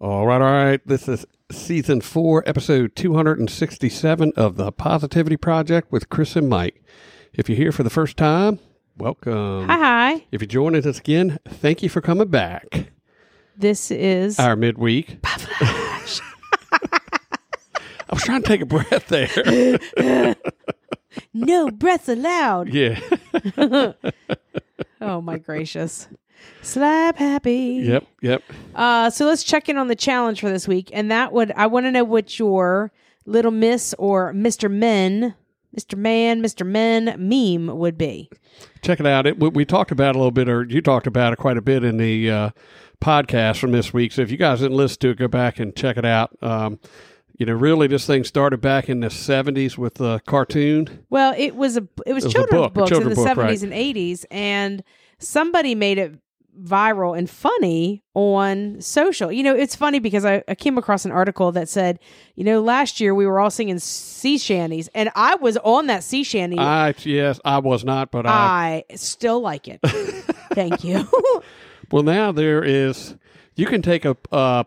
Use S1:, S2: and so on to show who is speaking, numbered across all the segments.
S1: All right, all right. This is season four, episode 267 of the Positivity Project with Chris and Mike. If you're here for the first time, welcome.
S2: Hi, hi.
S1: If you're joining us again, thank you for coming back.
S2: This is
S1: Our midweek. I was trying to take a breath there.
S2: no breath allowed.
S1: Yeah.
S2: Oh my gracious. Slap happy.
S1: Yep. Yep.
S2: Uh, so let's check in on the challenge for this week, and that would I want to know what your little miss or Mister Men, Mister Man, Mister Men meme would be.
S1: Check it out. It, we, we talked about it a little bit, or you talked about it quite a bit in the uh, podcast from this week. So if you guys didn't listen to it, go back and check it out. Um, you know, really, this thing started back in the '70s with the cartoon.
S2: Well, it was a it was,
S1: was a
S2: children's
S1: book, a
S2: books
S1: children's
S2: in
S1: book,
S2: the
S1: right.
S2: seventies and eighties, and somebody made it viral and funny on social. You know, it's funny because I, I came across an article that said, you know, last year we were all singing sea shanties, and I was on that sea shanty. I,
S1: I yes, I was not, but
S2: Ah.
S1: I.
S2: still like it. Thank you.
S1: Well, now there is. You can take a. Uh,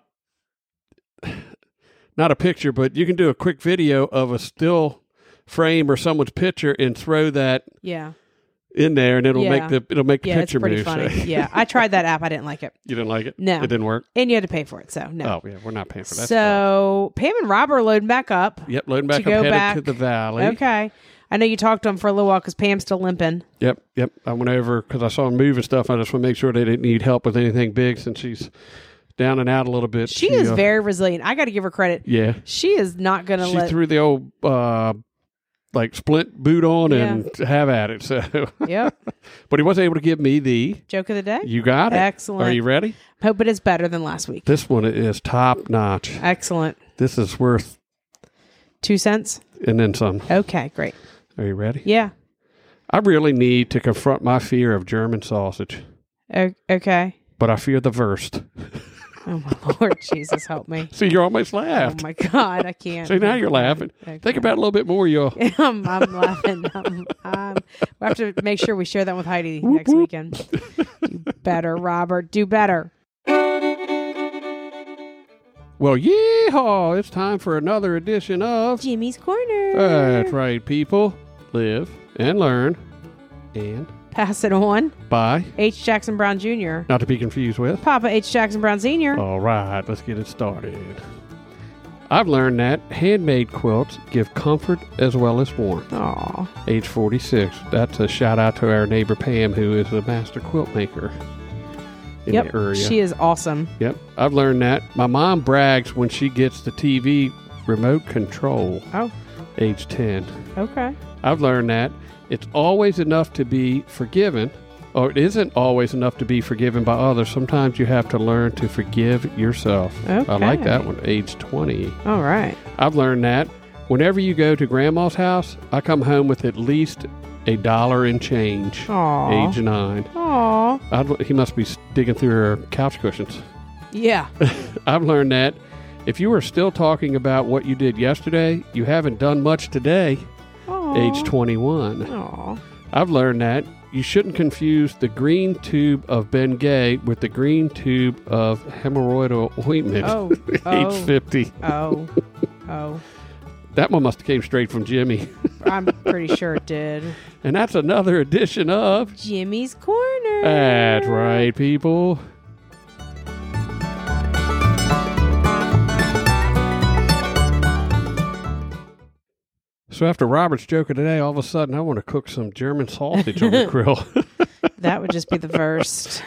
S1: not a picture, but you can do a quick video of a still frame or someone's picture and throw that
S2: yeah,
S1: in there, and it'll
S2: Yeah.
S1: make the it'll make the
S2: yeah, it's
S1: picture
S2: pretty
S1: move. so-
S2: funny. yeah, I tried that app. I didn't like it,
S1: you didn't like it?
S2: No.
S1: it didn't work.
S2: and you had to pay for it. So no.
S1: Oh yeah, we're not paying for that. stuff.
S2: so Pam and Rob are loading back up.
S1: yep, loading back
S2: to
S1: up,
S2: go
S1: headed
S2: back-
S1: to the valley.
S2: Okay. I know you talked to him for a little while because Pam's still limping.
S1: Yep, yep. I went over because I saw him move and stuff. I just want to make sure they didn't need help with anything big since she's down and out a little bit.
S2: She is
S1: uh,
S2: very resilient. I got to give her credit.
S1: yeah.
S2: She is not going to
S1: She
S2: let.
S1: threw the old uh, like splint boot on and have at it. So,
S2: yep.
S1: but he was able to give me the.
S2: Joke of the day.
S1: You got it.
S2: Excellent.
S1: Are you ready?
S2: Hope it is better than last week.
S1: This one is top notch.
S2: Excellent.
S1: This is worth
S2: Two cents.
S1: and then some.
S2: Okay, great.
S1: Are you ready?
S2: Yeah.
S1: I really need to confront my fear of German sausage,
S2: O- okay.
S1: but I fear the worst.
S2: Oh my Lord, Jesus, help me.
S1: See, you almost
S2: Oh
S1: laughed.
S2: my God, I can't.
S1: See, now you're laughing.
S2: Okay.
S1: Think about it a little bit more, y'all.
S2: I'm, I'm laughing. I'm, I'm, we have to make sure we share that with Heidi
S1: Whoop,
S2: next
S1: whoop.
S2: weekend. Do better, Robert. Do better.
S1: Well, yeehaw! It's time for another edition of.
S2: Jimmy's Corner.
S1: That's right, people. Live and learn and
S2: Pass it on.
S1: buy.
S2: H. Jackson Brown Jr.
S1: Not to be confused with.
S2: Papa H. Jackson Brown Sr.
S1: All right, let's get it started. I've learned that handmade quilts give comfort as well as warmth.
S2: Aw.
S1: Age 46. That's a shout out to our neighbor Pam, who is a master quilt maker in
S2: Yep.
S1: the area.
S2: She is awesome.
S1: Yep, I've learned that. My mom brags when she gets the TV remote control,
S2: Oh,
S1: age 10.
S2: okay.
S1: I've learned that it's always enough to be forgiven, or it isn't always enough to be forgiven by others. Sometimes you have to learn to forgive yourself. I like
S2: Okay.
S1: that one, age 20.
S2: All right.
S1: I've learned that whenever you go to grandma's house, I come home with at least a dollar in change,
S2: Aw.
S1: age nine.
S2: Aw.
S1: I'd, he must be digging through her couch cushions.
S2: Yeah.
S1: I've learned that if you are still talking about what you did yesterday, you haven't done much today,
S2: Aw.
S1: age 21.
S2: Aw.
S1: I've learned that you shouldn't confuse the green tube of Bengay with the green tube of hemorrhoidal ointment.
S2: Oh.
S1: Age
S2: Oh.
S1: 50.
S2: Oh. Oh.
S1: That one must have came straight from Jimmy.
S2: I'm pretty sure it did.
S1: And that's another edition of
S2: Jimmy's Corner.
S1: That's Right People. So after Robert's joke of today, all of a sudden I want to cook some German sausage on the grill.
S2: That would just be the first.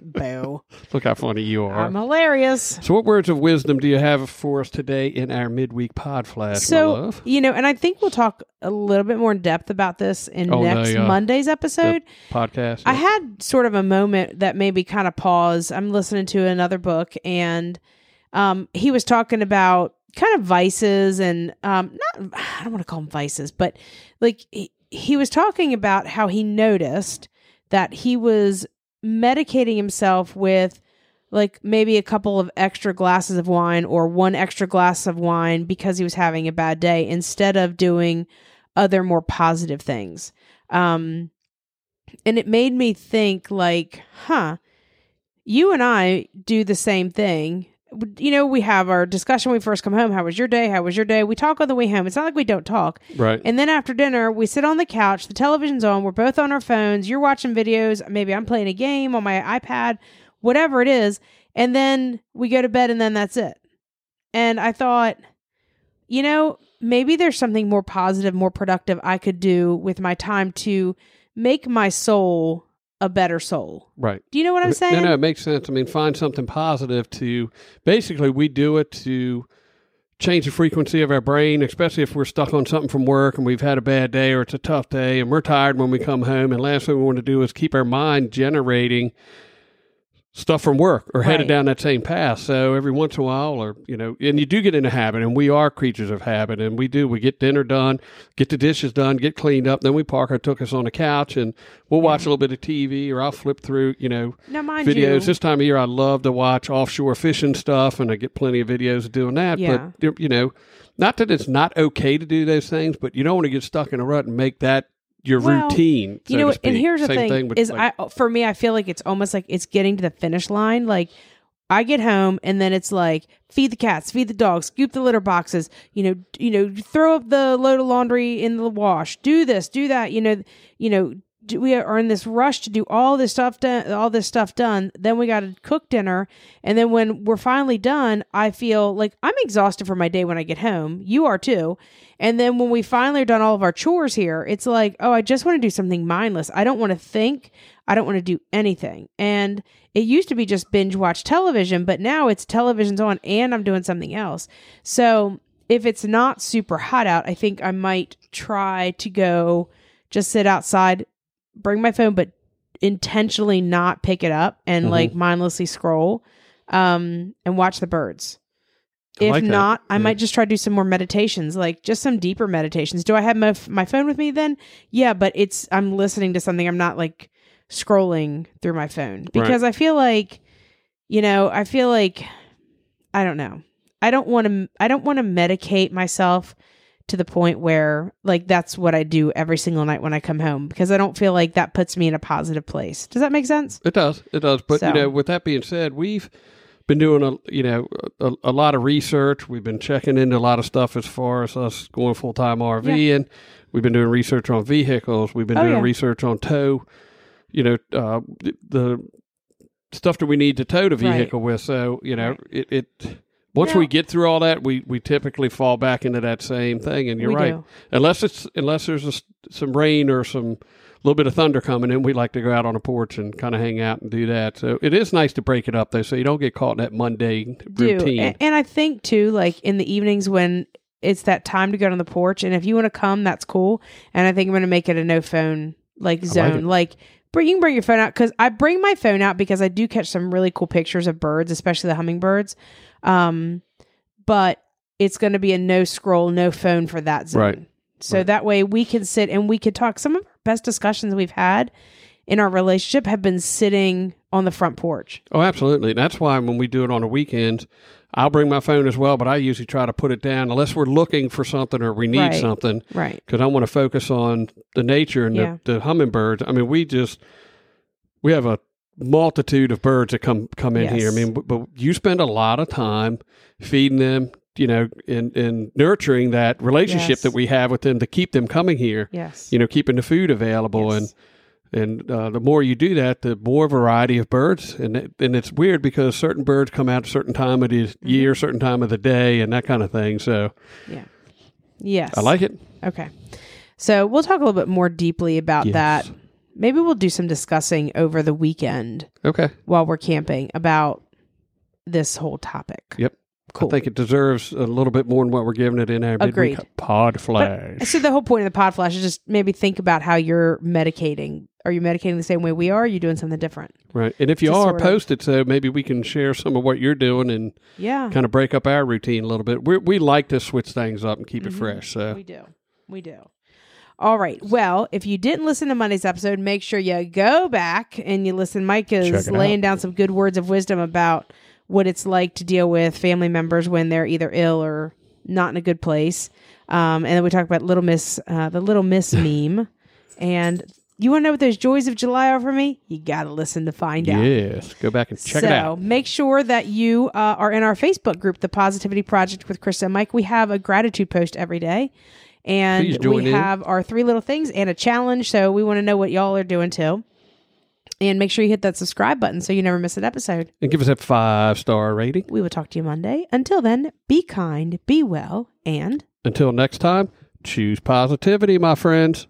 S2: Boo.
S1: Look how funny you are.
S2: I'm hilarious.
S1: So, what words of wisdom do you have for us today in our midweek pod flash, my
S2: so
S1: love?
S2: you know and i think we'll talk a little bit more in depth about this in
S1: On
S2: next
S1: the, uh,
S2: monday's episode
S1: Podcast.
S2: i had sort of a moment that made me kind of pause i'm listening to another book and um, he was talking about kind of vices and um, not I don't want to call them vices, but like he, he was talking about how he noticed that he was medicating himself with like maybe a couple of extra glasses of wine or one extra glass of wine because he was having a bad day instead of doing other more positive things. Um, and it made me think like, huh, you and I do the same thing. You know, we have our discussion when we first come home. How was your day? How was your day? We talk on the way home. It's not like we don't talk.
S1: Right.
S2: And then after dinner, we sit on the couch, the television's on, we're both on our phones, you're watching videos, maybe I'm playing a game on my iPad, whatever it is. And then we go to bed, and then that's it. And I thought, you know, maybe there's something more positive, more productive I could do with my time to make my soul a better soul.
S1: Right.
S2: Do you know what I'm saying?
S1: No, no, it makes sense. I mean, find something positive to basically, we do it to change the frequency of our brain, especially if we're stuck on something from work and we've had a bad day or it's a tough day and we're tired when we come home. And last thing we want to do is keep our mind generating stuff from work or headed
S2: Right.
S1: down that same path. So every once in a while, or, you know, and you do get in a habit, and we are creatures of habit, and we do. We get dinner done, get the dishes done, get cleaned up. Then we park our took us on the couch and we'll watch a little bit of TV or I'll flip through, you know,
S2: Now, mind
S1: videos.
S2: you,
S1: This time of year, I love to watch offshore fishing stuff, and I get plenty of videos of doing that.
S2: Yeah.
S1: But you- you know, not that it's not okay to do those things, but you don't want to get stuck in a rut and make that your
S2: Well,
S1: routine.
S2: you
S1: so
S2: know,
S1: to
S2: what? and
S1: speak.
S2: here's the
S1: Same
S2: thing,
S1: with,
S2: is
S1: like,
S2: I for me, I feel like it's almost like it's getting to the finish line. Like I get home and then it's like feed the cats, feed the dogs, scoop the litter boxes, you know, d- you know, throw up the load of laundry in the wash, do this, do that, you know, you know. d- We are in this rush to do all this stuff done, all this stuff done. Then we got to cook dinner, and then when we're finally done, I feel like I'm exhausted from my day when I get home. You are too. And then when we finally are done all of our chores here, it's like, oh, I just want to do something mindless. I don't want to think. I don't want to do anything. And it used to be just binge watch television, but now it's television's on and I'm doing something else. So if it's not super hot out, I think I might try to go just sit outside, bring my phone, but intentionally not pick it up and
S1: Mhm.
S2: like mindlessly scroll um, and watch the birds.
S1: I
S2: if
S1: like that.
S2: not, I
S1: Yeah.
S2: might just try to do some more meditations, like just some deeper meditations. Do I have my f- my phone with me then? Yeah, but it's I'm listening to something. I'm not like scrolling through my phone because I feel like you know, I feel like I don't know. I don't want to I don't want to medicate myself to the point where like that's what I do every single night when I come home because I don't feel like that puts me in a positive place. Does that make sense?
S1: It does. It does. But
S2: So.
S1: you know, with that being said, we've been doing a you know a, a lot of research. We've been checking into a lot of stuff as far as us going full time RVing. We've been doing research on vehicles. We've been
S2: Oh,
S1: doing
S2: yeah.
S1: research on tow. You know, uh, th- the stuff that we need to tow the
S2: Right.
S1: vehicle with. So you know,
S2: Right.
S1: it. it once
S2: Now-
S1: we get through all that, we, we typically fall back into that same thing. And you're
S2: We
S1: right,
S2: do.
S1: unless it's unless there's a s some rain or some little bit of thunder coming in, we like to go out on a porch and kind of hang out and do that. So it is nice to break it up though, so you don't get caught in that mundane
S2: do.
S1: routine.
S2: A- And I think too, like in the evenings when it's that time to go on the porch, and if you want to come, that's cool. And I think I'm going to make it a no phone like
S1: it.
S2: zone. Like, but you can bring your phone out because I bring my phone out because I do catch some really cool pictures of birds, especially the hummingbirds. Um, but it's going to be a no scroll, no phone for that zone.
S1: Right.
S2: So
S1: Right.
S2: that way we can sit and we could talk. Some of our best discussions we've had in our relationship have been sitting on the front porch.
S1: Oh, absolutely. And that's why when we do it on the weekends, I'll bring my phone as well, but I usually try to put it down unless we're looking for something or we need
S2: Right.
S1: something
S2: Right.
S1: because I want to focus on the nature and
S2: Yeah.
S1: the, the hummingbirds. I mean, we just we have a multitude of birds that come come in here. I
S2: Yes.
S1: mean, but, but you spend a lot of time feeding them, you know, and and nurturing that relationship
S2: Yes.
S1: that we have with them to keep them coming here.
S2: Yes.
S1: You know, keeping the food available
S2: Yes.
S1: and. And uh, the more you do that, the more variety of birds, and it, and it's weird because certain birds come out a certain time of the
S2: Mm-hmm.
S1: year, certain time of the day, and that kind of thing. So
S2: Yes.
S1: I like it.
S2: Okay. So we'll talk a little bit more deeply about
S1: Yes.
S2: that. Maybe we'll do some discussing over the weekend
S1: Okay.
S2: while we're camping about this whole topic.
S1: Yep.
S2: Cool.
S1: I think it deserves a little bit more than what we're giving it in our midweek
S2: Agreed. uh,
S1: pod flash.
S2: So the whole point of the pod flash is just maybe think about how you're medicating. Are you medicating the same way we are? Are you doing something different?
S1: right. And if you
S2: Just
S1: are,
S2: sort of-
S1: post it so maybe we can share some of what you're doing and
S2: Yeah,
S1: kind of break up our routine a little bit. we we like to switch things up and keep it fresh. So
S2: Mm-hmm. we do. We do. All right. Well, if you didn't listen to Monday's episode, make sure you go back and you listen. Mike
S1: Check
S2: is
S1: it
S2: laying down some good words of wisdom about what it's like to deal with family members when they're either ill or not in a good place. Um, and then we talk about Little Miss, uh, the Little Miss meme. And you want to know what those joys of July are for me? You got to listen to find out.
S1: yes, go back and check
S2: so
S1: it out.
S2: make sure that you uh, are in our Facebook group, The Positivity Project with Chris and Mike. We have a gratitude post every day, and
S1: Please join
S2: we
S1: in.
S2: have our three little things and a challenge. So we want to know what y'all are doing too. And make sure you hit that subscribe button so you never miss an episode.
S1: And give us a five star rating.
S2: We will talk to you Monday. Until then, be kind, be well, and
S1: Until next time, choose positivity, my friends.